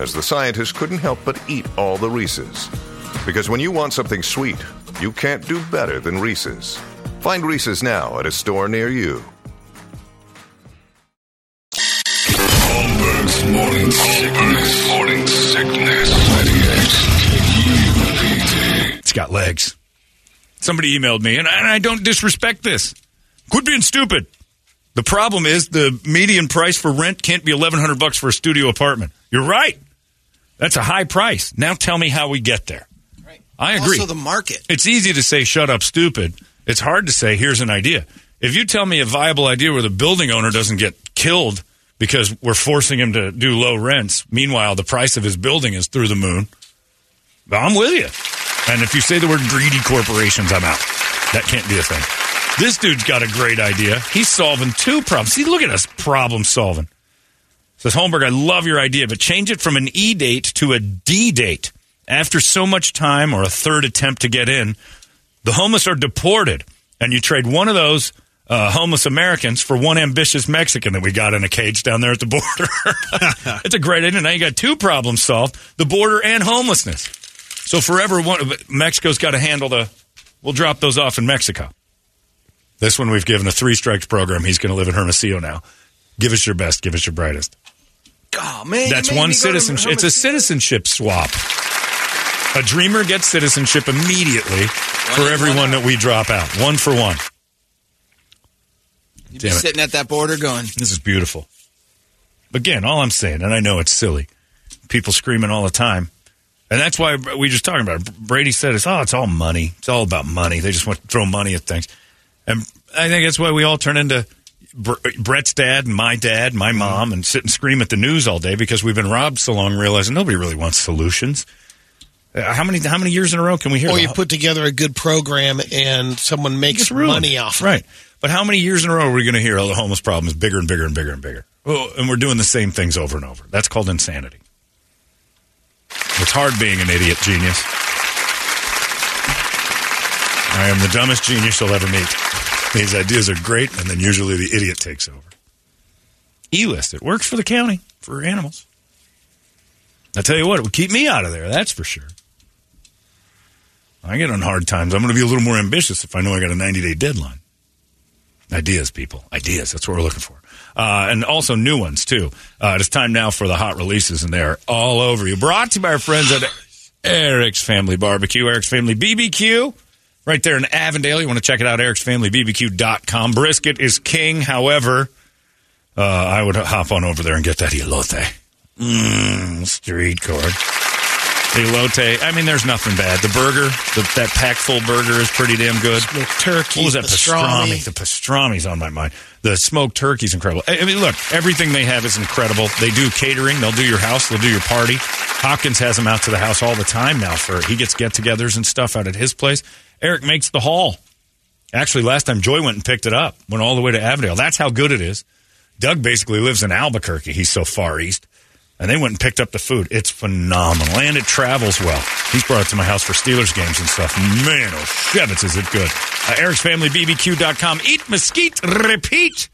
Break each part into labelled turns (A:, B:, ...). A: as the scientists couldn't help but eat all the Reese's. Because when you want something sweet, you can't do better than Reese's. Find Reese's now at a store near you.
B: Holmberg's morning sickness. Morning sickness. 98
C: It's got legs. Somebody emailed me, and I, and I don't disrespect this. Quit being stupid. The problem is the median price for rent can't be eleven hundred bucks for a studio apartment. You're right. That's a high price. Now tell me how we get there. I agree.
D: Also, the market.
C: it's easy to say shut up, stupid. It's hard to say here's an idea. If you tell me a viable idea where the building owner doesn't get killed because we're forcing him to do low rents, meanwhile the price of his building is through the moon. I'm with you. And if you say the word greedy corporations, I'm out. That can't be a thing. This dude's got a great idea. He's solving two problems. See, look at us problem solving. Says Holmberg, I love your idea, but change it from an E date to a D date. After so much time or a third attempt to get in, the homeless are deported, and you trade one of those uh, homeless Americans for one ambitious Mexican that we got in a cage down there at the border. it's a great idea. Now you got two problems solved: the border and homelessness. So forever, one, Mexico's got to handle the. We'll drop those off in Mexico. This one we've given a three strikes program. He's going to live in Hermosillo now. Give us your best. Give us your brightest.
D: Oh, man.
C: That's one citizenship. It's a citizenship swap. A dreamer gets citizenship immediately for
D: in,
C: everyone
D: one
C: that we drop out. One for one.
D: You'd
C: Damn
D: be
C: it.
D: sitting at that border going,
C: This is beautiful. Again, all I'm saying, and I know it's silly, people screaming all the time. And that's why we just talking about it. Brady said it's oh, it's all money. It's all about money. They just want to throw money at things. And I think that's why we all turn into Br- Brett's dad and my dad, and my mom, and sit and scream at the news all day because we've been robbed so long, realizing nobody really wants solutions. Uh, How many how many years in a row can we hear?
E: Or
C: the-
E: you put together a good program and someone makes
C: It's ruined.
E: money off of it.
C: Right. But how many years in a row are we going to hear oh, the homeless problem is bigger and bigger and bigger and bigger? Oh, and we're doing the same things over and over. That's called insanity. It's hard being an idiot genius. I am the dumbest genius you'll ever meet. These ideas are great, and then usually the idiot takes over. E list, it works for the county, for animals. I tell you what, it would keep me out of there, that's for sure. I get on hard times. I'm going to be a little more ambitious if I know I got a 90 day deadline. Ideas, people. Ideas. That's what we're looking for. Uh, and also new ones, too. Uh, it is time now for the hot releases, and they are all over you. Brought to you by our friends at Eric's Family Barbecue, Eric's Family BBQ, right there in Avondale. You want to check it out, ericsfamilybbq.com. Brisket is king. However, uh, I would hop on over there and get that elote. Mmm, street corn. Elote. I mean, there's nothing bad. The burger, the, that pack full burger is pretty damn good.
E: The turkey,
C: What was that pastrami?
E: pastrami.
C: The pastrami's on my mind. The smoked turkey's incredible. I I mean, look, everything they have is incredible. They do catering. They'll do your house. They'll do your party. Hopkins has them out to the house all the time now. For he gets get-togethers and stuff out at his place. Eric makes the hall Actually, last time Joy went and picked it up, went all the way to Avondale. That's how good it is. Doug basically lives in Albuquerque. He's so far east. And they went and picked up the food. It's phenomenal. And it travels well. He's brought it to my house for Steelers games and stuff. Man, oh, shevitz, is it good. Uh, Eric's Family BBQ.com. Eat mesquite. Repeat.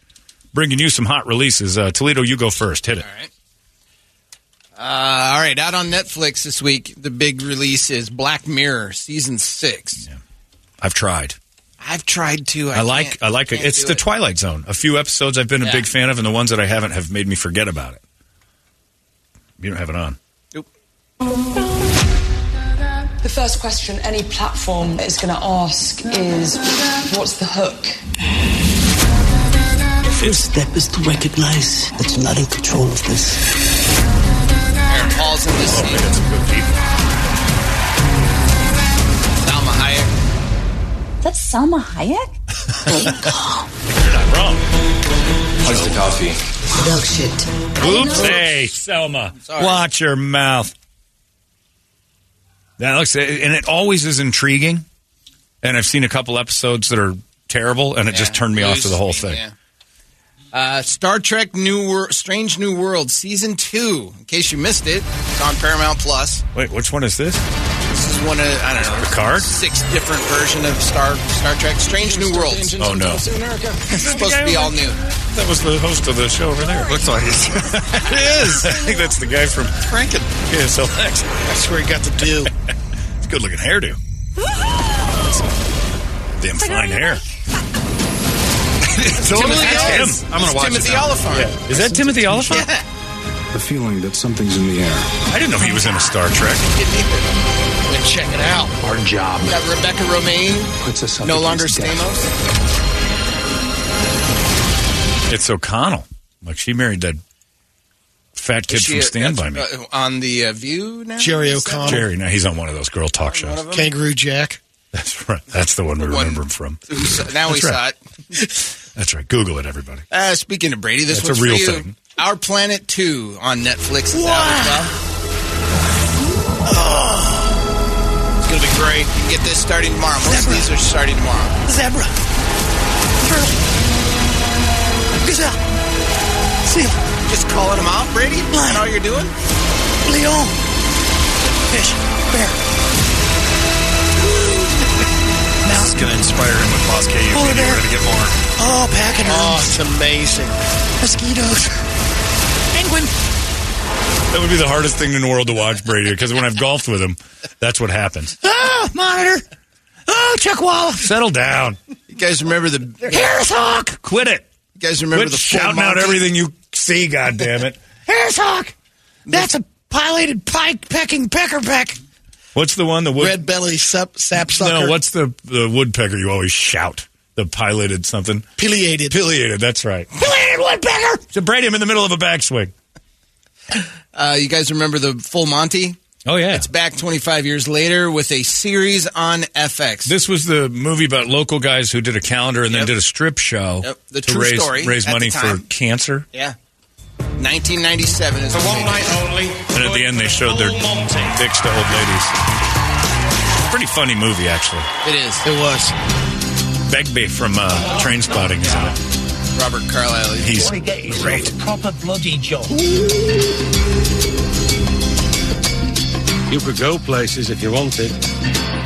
C: Bringing you some hot releases. Uh, Toledo, you go first. Hit it.
D: All right. Uh, all right, out on Netflix this week, the big release is Black Mirror season six.
C: I've tried.
D: I've tried to. I,
C: I like
D: can't-
C: I like it.
D: can't
C: It's
D: do
C: the
D: it.
C: Twilight Zone. A few episodes I've been a
D: Yeah.
C: big fan of, and the ones that I haven't have made me forget about it. You don't have it on.
D: Nope.
F: The first question any platform is going to ask is what's the hook?
G: The first step is to recognize that you're not in control of this.
D: Aaron Paul's
C: Oh,
D: in this scene. Salma Hayek.
H: That's Selma Hayek?
C: You're not wrong.
G: How's the coffee?
F: Dog shit.
C: Oops. Hey, Selma. Watch your mouth. That looks and it always is intriguing. And I've seen a couple episodes that are terrible, and it just
D: Yeah,
C: turned me off to the whole
D: loose,
C: thing.
D: yeah. Uh, Star Trek: New Wor- Strange New World season two. In case you missed it, it's on Paramount Plus.
C: Wait, which one is this?
D: This is one of I don't know
C: Picard?
D: six different version of Star Star Trek: Strange New World.
C: Oh no,
D: It's supposed to be all new.
C: that was the host of the show over there. Looks like it is. I think that's the guy from
E: Franken.
C: KSL X.
E: That's where he got the do.
C: It's a good looking hairdo. Damn fine hair.
D: Totally
C: That's
D: is.
C: him. I'm gonna
D: It's
C: watch it
D: Timothy
C: now.
D: Oliphant.
C: Is that Timothy Oliphant?
B: The feeling that something's in the air.
C: I didn't know he was in a Star Trek.
D: I'm gonna check it out.
B: Our job
D: We got Rebecca Romaine,
B: puts us
D: no longer Stamos.
C: It's O'Connell. Like she married that fat kid
D: Is she
C: from
D: a-
C: Stand By Me.
D: that's, uh, on the uh, View now.
E: Jerry
D: Is that-
E: O'Connell.
C: Jerry. Now he's on one of those girl talk shows.
E: Kangaroo Jack.
C: That's right. That's the one we
D: One.
C: remember him from.
D: Who saw- Now we
C: That's right.
D: saw it.
C: That's right. Google it, everybody.
D: Uh, speaking of Brady, this
C: That's
D: one's
C: a real
D: for you.
C: thing.
D: Our Planet Two on Netflix is out as well. It's gonna be great. You can get this starting tomorrow. Most of these are starting tomorrow.
G: Zebra. Turtle. Gazelle. Seal.
D: Just calling them out, Brady. Is that all you're doing?
G: Leon. Fish. Bear.
I: This is going to inspire him with Boss KU.
G: Polar
I: Maybe
G: bear.
I: we're going to get more.
G: Oh, pack of
D: Uh,
E: Oh,
G: nerds.
E: it's amazing.
G: Mosquitoes. Penguin.
C: That would be the hardest thing in the world to watch, Brady, because when I've golfed with him, that's what happens.
G: Oh, monitor. Oh, Chuck Walla.
C: Settle down.
D: You guys remember the? You
G: Harris Hawk.
C: Quit it.
D: guys remember
C: Quit
D: the full
C: shouting out
D: Monty?
C: everything you see, God damn it.
G: Harris Hawk. That's a pilated pike pecking pecker peck.
C: What's the one? The wood?
E: Red belly sup, sap sucker.
C: No, what's the the woodpecker you always shout? The piloted something.
E: Pileated.
C: Pileated, that's right.
G: Pilated woodpecker.
C: So Brady, I'm in the middle of a backswing.
D: Uh, you guys remember the full Monty?
C: Oh, yeah.
D: It's back 25 years later with a series on FX.
C: This was the movie about local guys who did a calendar and then
D: Yep.
C: did a strip show
D: Yep, the
C: to
D: true
C: raise,
D: story
C: raise
D: at
C: money
D: the
C: for
D: time.
C: cancer.
D: yeah. 1997 is the one
I: only.
C: And at the end, they showed their dicks to old ladies. Pretty funny movie, actually.
D: It is.
E: It was.
C: Begbie from uh, Train Spotting is in it.
D: Robert Carlyle.
C: He's
G: Boy, get yourself
C: great.
G: a proper bloody job.
I: You could go places if you wanted.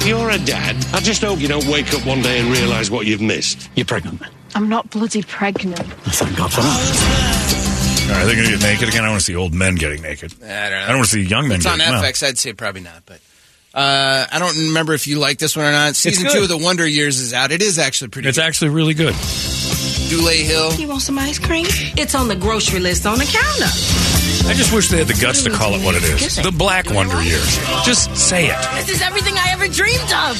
I: You're a dad. I just hope you don't wake up one day and realise what you've missed. You're pregnant.
H: I'm not bloody pregnant.
I: Thank God for that.
C: All right, they're going to get naked again. I want to see old men getting naked.
D: I don't know.
C: I don't want to see young men
D: It's on
C: getting well.
D: FX. I'd say probably not, but uh, I don't remember if you like this one or not. Season
C: good.
D: two of The Wonder Years is out. It is actually pretty.
C: It's
D: good.
C: actually really good.
D: Dule Hill.
H: You want some ice cream?
F: It's on the grocery list on the counter.
C: I just wish they had the guts to call it what it is. The Black Wonder Years. Just say it.
F: This is everything I ever dreamed of.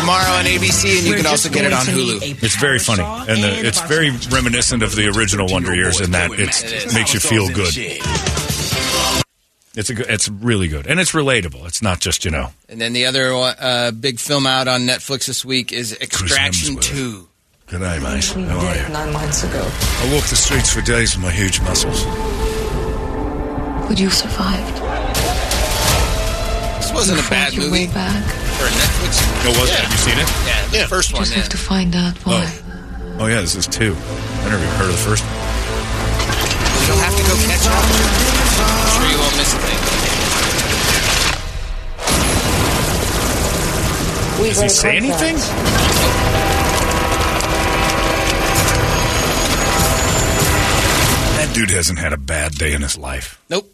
D: Tomorrow on ABC, and you can also get it on Hulu.
C: It's very funny, and the, it's very reminiscent of the original Wonder Years in that it makes you feel good. It's a good, it's really good, and it's relatable. It's not just you know.
D: And then the other uh, big film out on Netflix this week is Extraction
C: Hemsworth.
D: Two.
C: Good night, mate. How are you?
F: Nine months ago.
C: I walk the streets for days with my huge muscles.
H: Would you survive?
D: This wasn't a bad movie.
H: back?
D: for a Netflix.
C: Oh, was it? Have you seen it?
D: Yeah, the first one.
F: Just
D: yeah.
F: have to find out why.
C: Oh. oh, yeah, this is two. I never even heard of the first one.
D: You'll have to go catch up. I'm sure you won't miss a thing.
C: Does he say anything? That dude hasn't had a bad day in his life.
D: Nope.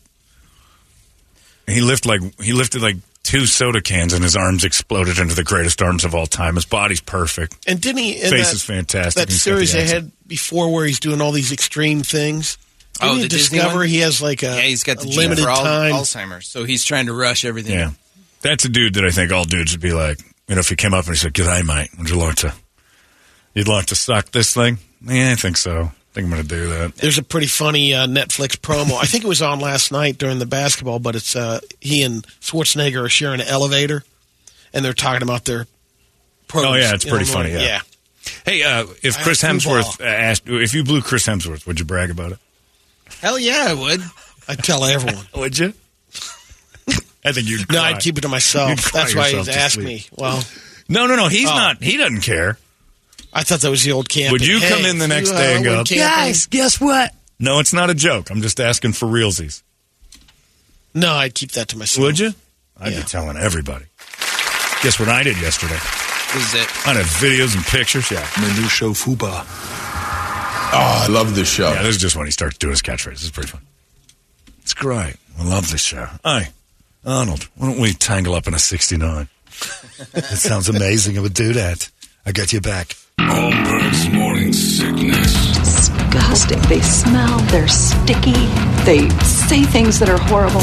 C: He lifted like he lifted like two soda cans and his arms exploded into the greatest arms of all time. His body's perfect.
E: And didn't he? In
C: Face
E: that,
C: is fantastic.
E: That
C: He's got
E: series
C: the
E: they
C: accent.
E: had before where he's doing all these extreme things. Didn't
D: Oh,
E: he
D: the Disney
E: discover
D: one?
E: he has like a
D: Yeah, he's got
E: a
D: the gene
E: limited
D: for al-
E: time.
D: Alzheimer's, so he's trying to rush everything.
C: Yeah. That's a dude that I think all dudes would be like, you know, if he came up and he said, Good day, mate, would you like to you'd like to suck this thing? Yeah, I think so. I think I'm gonna do that.
E: There's a pretty funny uh, Netflix promo. I think it was on last night during the basketball, but it's uh, he and Schwarzenegger are sharing an elevator, and they're talking about their.
C: Oh yeah, it's
E: in
C: pretty
E: Illinois.
C: funny. Yeah. Hey, uh, if
E: I
C: Chris
E: have blue
C: Hemsworth uh, asked, if you blew Chris Hemsworth, would you brag about it?
D: Hell yeah, I would.
E: I'd tell everyone.
C: would you? I think you'd.
E: No,
C: cry.
E: I'd keep it to
C: You'd
E: myself.
C: cry
E: That's why
C: yourself
E: he's
C: to
E: asked
C: sleep.
E: me. Well,
C: No, no, no. He's
E: Oh.
C: not. He doesn't care.
E: I thought that was the old camp.
C: Would you come in the next day and go, guys? Guess what? No, it's not a joke. I'm just asking for realsies.
E: No, I'd keep that to myself.
C: Would you? I'd
E: Yeah.
C: be telling everybody. Guess what I did yesterday?
D: This is it.
C: I had videos and pictures. Yeah.
B: My new show, Fuba.
C: Oh, I love this show. Yeah, this is just when he starts doing his catchphrase. This is pretty fun. It's great. I love this show. Hey, Arnold, why don't we tangle up in a 69?
J: That sounds amazing. I would do that. I got your back. Holmberg's morning sickness.
H: Disgusting. They smell, they're sticky, they say things that are horrible.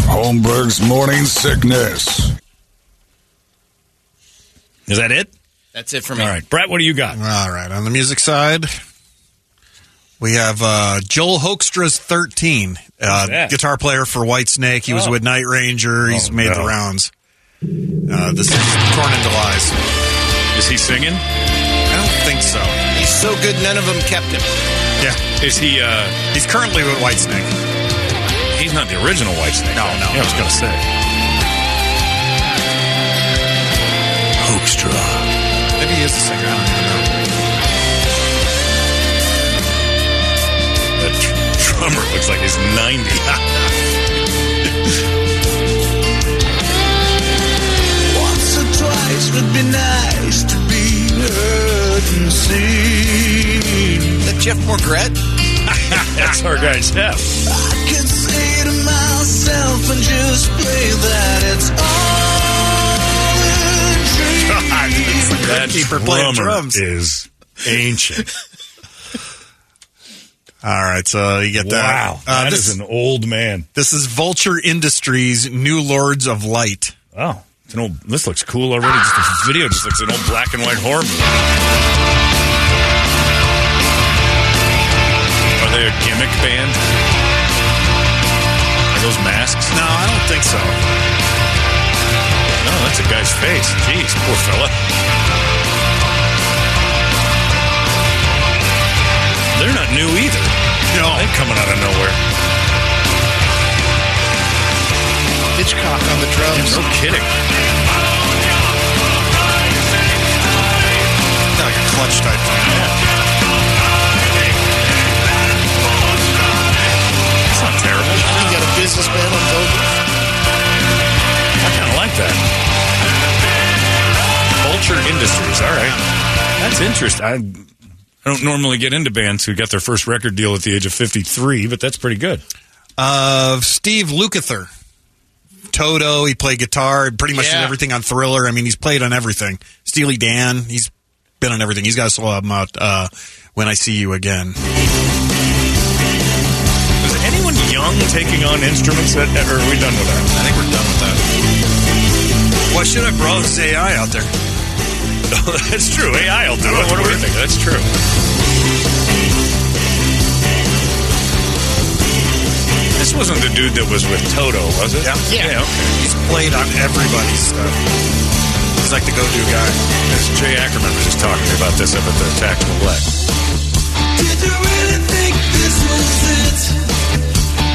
J: Holmberg's morning sickness.
C: Is that it?
D: That's it for me.
C: All right, Uh, Brett, what do you got?
K: All right, on the music side, we have uh, Joel Hoekstra's 13, uh,
C: that?
K: guitar player for Whitesnake. He was
C: Oh.
K: with Night Ranger. He's
C: Oh,
K: made the
C: no.
K: rounds. Uh, this is Torn into Lies.
C: Is he singing?
K: I don't think so.
D: He's so good, none of them kept him.
K: Yeah.
C: Is he? uh
K: He's currently with Whitesnake.
C: He's not the original White Snake. No, no. Yeah, I was going to say.
K: Hoekstra. Maybe he is a singer. I don't even know.
C: The tr- drummer looks like he's 90.
J: Once or twice would be nice to be heard and seen.
D: That Jeff Morgret?
C: That's our guy,
J: I
C: Jeff.
J: can say to myself and just play that it's all a dream.
C: That
K: Keeper
C: drummer
K: playing drums.
C: is ancient.
K: All right, so you get that. Uh,
C: Wow, that is an old man.
K: This is Vulture Industries, New Lords of Light.
C: Oh, it's an old. This looks cool already. Just the video just looks like an old black and white horror movie. Are they a gimmick band? Are those masks?
K: No, I don't think so.
C: No, that's a guy's face. Jeez, poor fella. They're not new either. No, they're coming out of nowhere.
E: Hitchcock on the drums.
C: No kidding.
K: Yeah, like a clutch type thing.
C: It's not terrible.
E: You got a businessman on vocals.
C: I kind of like that. Vulture Industries. All right, that's interesting. I, I don't normally get into bands who got their first record deal at the age of fifty-three, but that's pretty good.
K: Of Steve Lukather. Toto, he played guitar, pretty much did
D: Yeah.
K: everything on Thriller. I mean, he's played on everything. Steely Dan, he's been on everything. He's got a solo album out, uh, When I See You Again.
C: Does anyone Young taking on instruments? That, or are we done with that?
L: I think we're done with that. Why should I brought this AI out there?
C: That's true. AI will do it. What do we think? That's true. This wasn't the dude that was with Toto, was it? Yeah. Yeah. okay.
L: He's played on everybody's stuff. He's like the go-do guy.
C: As Jay Ackerman was just talking to me about this up at the Tactical Black.
J: Did you really think this was it?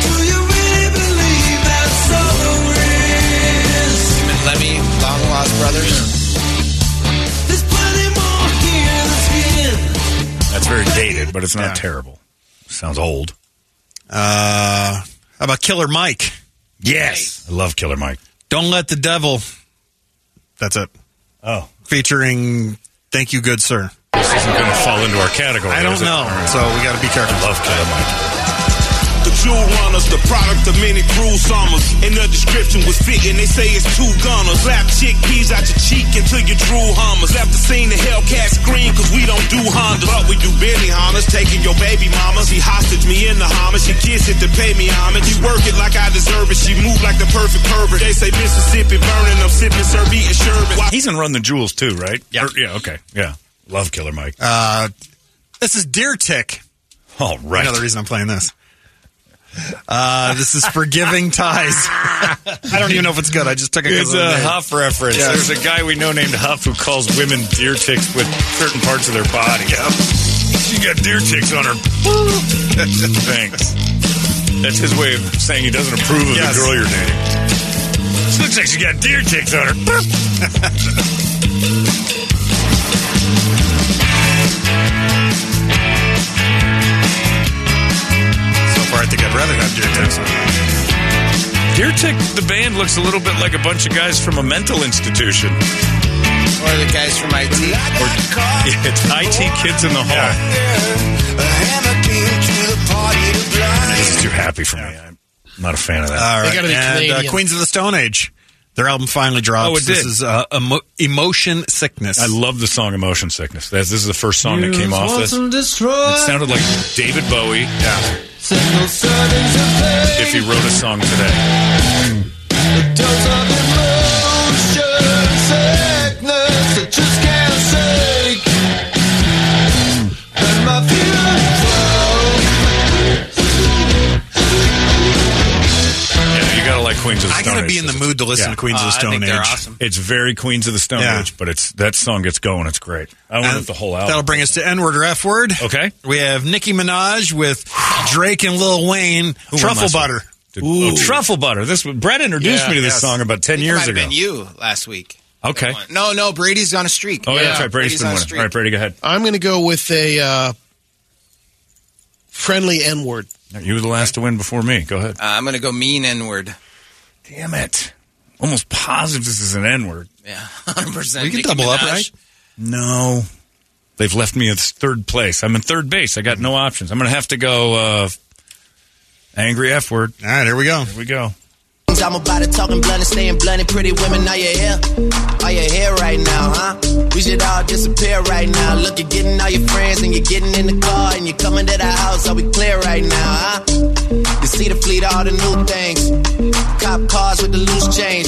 J: Do you really believe that's all there is?
D: Him and Levy, long lost brothers.
J: There's plenty more here that's here.
C: That's very dated, but it's not terrible. Sounds old.
K: Uh, how about Killer Mike?
C: Yes. I love Killer Mike.
K: Don't let the devil. That's it.
C: Oh.
K: Featuring Thank You, Good Sir.
C: This isn't going to fall into our category.
K: I don't
C: is it? All
K: know.
C: right.
K: So we got to be careful.
C: love Killer Mike.
M: The jewel runners, the product of many cruel summers. And the description was fitting. They say it's two gunners. Lap chickpeas out your cheek until your true hummers. Left the scene, the Hellcat scream, cause we don't do Honda. But we do Benny Honors, taking your baby mama. She hostage me in the homage. She kiss it to pay me homage. You work it like I deserve it. She move like the perfect pervert. They say Mississippi burning, I'm sipping, serve, eating sherbet.
C: He's in Run the Jewels, too, right? Yeah. yeah, okay. Yeah. Love Killer Mike.
K: Uh, this is Deer Tick.
C: All right.
K: Another reason I'm playing this. Uh, this is Forgiving Ties. I don't even know if it's good. I just took a
C: It's
K: good
C: a
K: little name.
C: Huff reference.
K: Yeah.
C: There's a guy we know named Huff who calls women deer ticks with certain parts of their body. She got deer ticks on her. Thanks. That's his way of saying he doesn't approve of
K: Yes.
C: the girl you're dating. She looks like she got deer ticks on her.
K: So far, I think I'd rather have Deer Ticks.
C: Deer tick, the band looks a little bit like a bunch of guys from a mental institution.
D: Or the guys from IT.
C: Or, yeah, it's IT Kids in the Hall. This is too happy for me. I'm not a fan of that.
K: All right.
E: gotta be
K: and uh,
E: Canadian.
K: Queens of the Stone Age. Their album finally drops.
C: Oh, it
K: This
C: did.
K: is uh, emo- Emotion Sickness.
C: I love the song "Emotion Sickness." That's, this is the first song that came off this. It sounded like David Bowie. Yeah. If he wrote a song today, yeah, you gotta like Queens of the
K: I
C: Stone
K: gotta
C: Age.
K: be in the mood to listen to
D: Uh,
K: Queens of the Stone Age.
C: It's very Queens of the Stone
K: Yeah.
C: Age, but it's that song gets going. It's great. I
K: And
C: want the whole album.
K: That'll bring us to N word or F word.
C: Okay.
K: We have Nicki Minaj with Drake and Lil Wayne.
C: Who won
K: truffle
C: last
K: butter.
C: week? Did- oh, truffle butter. This Brett introduced
D: Yeah,
C: me to this
D: yes.
C: song about ten
D: It might
C: years
D: have
C: ago.
D: been you last week.
C: Okay.
D: No, no, Brady's on a streak.
C: Oh yeah, that's right. Brady's been
D: on a
C: winning.
D: streak.
C: All right, Brady, go ahead.
E: I'm going to go with a uh, friendly N word.
C: You were the last to win before me. Go ahead.
D: Uh, I'm going to go mean N word.
C: Damn it! Almost positive this is an N word.
D: Yeah, 100%.
K: We can
D: Nicki
K: double up,
D: Minaj.
K: right?
C: No. They've left me at third place. I'm in third base. I got no options. I'm going to have to go uh, angry F word.
K: All right, here we go.
C: Here we go.
N: I'm about to talking blunt and staying blunt and pretty women. Are you here? Are you here right now, huh? We should all disappear right now. Look, you're getting all your friends and you're getting in the car and you're coming to the house. Are we clear right now, huh? You see the fleet, all the new things. Cop cars with the loose change.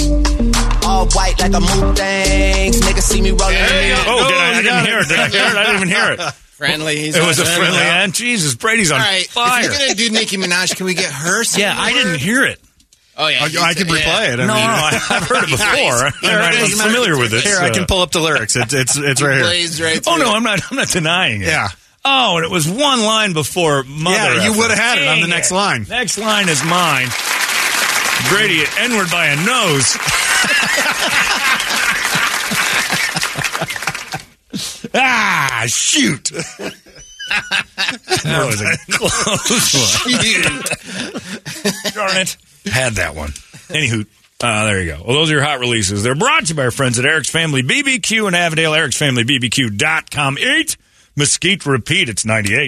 N: All white like a moon things. Niggas see me rolling. in.
C: Oh, did I, I didn't hear it. Did I hear it? I didn't even hear it.
D: Friendly. He's
C: It
D: on
C: was a friendly
D: All
C: N. Jesus, Brady's on
D: right.
C: fire.
D: If you're going to do Nicki Minaj, can we get her? some
C: Yeah, I
D: word?
C: didn't hear it.
D: Oh, yeah.
K: I, I can replay it. I
C: no, no,
K: mean,
C: I, I've heard it before.
K: All right,
C: I'm
K: doesn't matter.
C: familiar with it.
K: Here, I can pull up the lyrics. It's it's, it's right here.
D: Plays right
C: Oh
D: through
C: no,
D: it.
C: I'm not. I'm not denying it.
K: Yeah.
C: Oh, and it was one line before mother.
K: Yeah, you
C: effort.
K: would've had it on the
C: Dang
K: next line.
C: Next line is mine. Brady, N-word by a nose. ah, shoot. that was a close one. Darn it. Had that one. Anywho. Uh, there you go. Well, those are your hot releases. They're brought to you by our friends at Eric's Family BBQ in Avondale, ericsfamilybbq.com. Eat mesquite repeat. It's 98.